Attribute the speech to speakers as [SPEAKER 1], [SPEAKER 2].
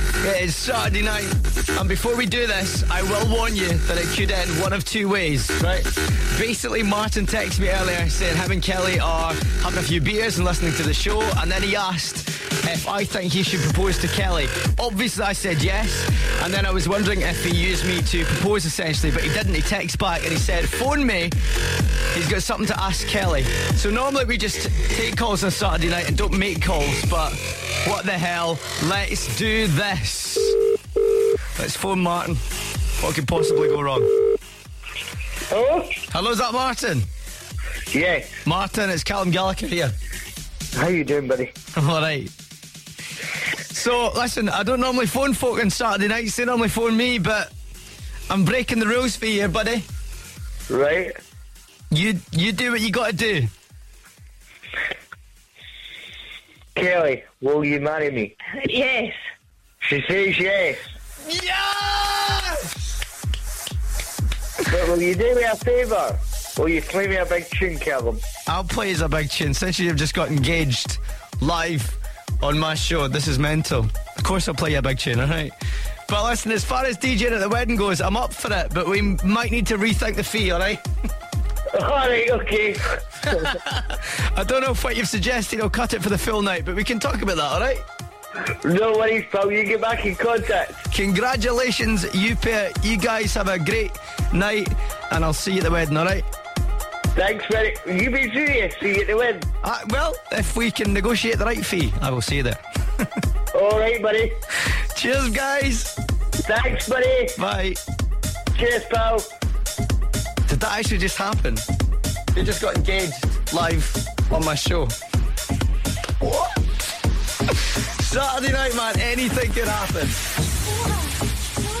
[SPEAKER 1] It is Saturday night, and before we do this, I will warn you that it could end one of two ways, right? Basically, Martin texted me earlier saying him and Kelly are having a few beers and listening to the show, and then he asked if I think he should propose to Kelly. Obviously, I said yes, and then I was wondering if he used me to propose essentially, but he didn't. He texts back and he said, Phone me. He's got something to ask Kelly. So normally we just take calls on Saturday night and don't make calls, but what the hell? Let's do this. Let's phone Martin. What could possibly go wrong?
[SPEAKER 2] Oh?
[SPEAKER 1] Hello, is that Martin?
[SPEAKER 2] Yeah.
[SPEAKER 1] Martin, it's Callum Gallagher here.
[SPEAKER 2] How you doing, buddy?
[SPEAKER 1] All right. So, listen, I don't normally phone folk on Saturday nights. They normally phone me, but I'm breaking the rules for you, here, buddy.
[SPEAKER 2] Right?
[SPEAKER 1] You you do what you got to do.
[SPEAKER 2] Kelly, will you marry me?
[SPEAKER 3] Yes.
[SPEAKER 2] She says yes.
[SPEAKER 1] Yes!
[SPEAKER 2] But will you do me a favour? Will you play me a big tune, Callum?
[SPEAKER 1] I'll play as a big tune since you've just got engaged live on my show. This is mental. Of course, I'll play you a big tune, all right? But listen, as far as DJing at the wedding goes, I'm up for it, but we might need to rethink the fee, all right?
[SPEAKER 2] Alright, okay.
[SPEAKER 1] I don't know if what you've suggested will cut it for the full night, but we can talk about that, all right?
[SPEAKER 2] No worries, pal. You get back in contact.
[SPEAKER 1] Congratulations, you pair. You guys have a great night, and I'll see you at the wedding, all right?
[SPEAKER 2] Thanks very You be serious? See you at the win.
[SPEAKER 1] Uh, well, if we can negotiate the right fee, I will see you there.
[SPEAKER 2] Alright, buddy.
[SPEAKER 1] Cheers, guys.
[SPEAKER 2] Thanks, buddy.
[SPEAKER 1] Bye.
[SPEAKER 2] Cheers, pal.
[SPEAKER 1] Did that actually just happen? They just got engaged live on my show. What? Saturday night, man, anything can happen.
[SPEAKER 4] Come on, come on.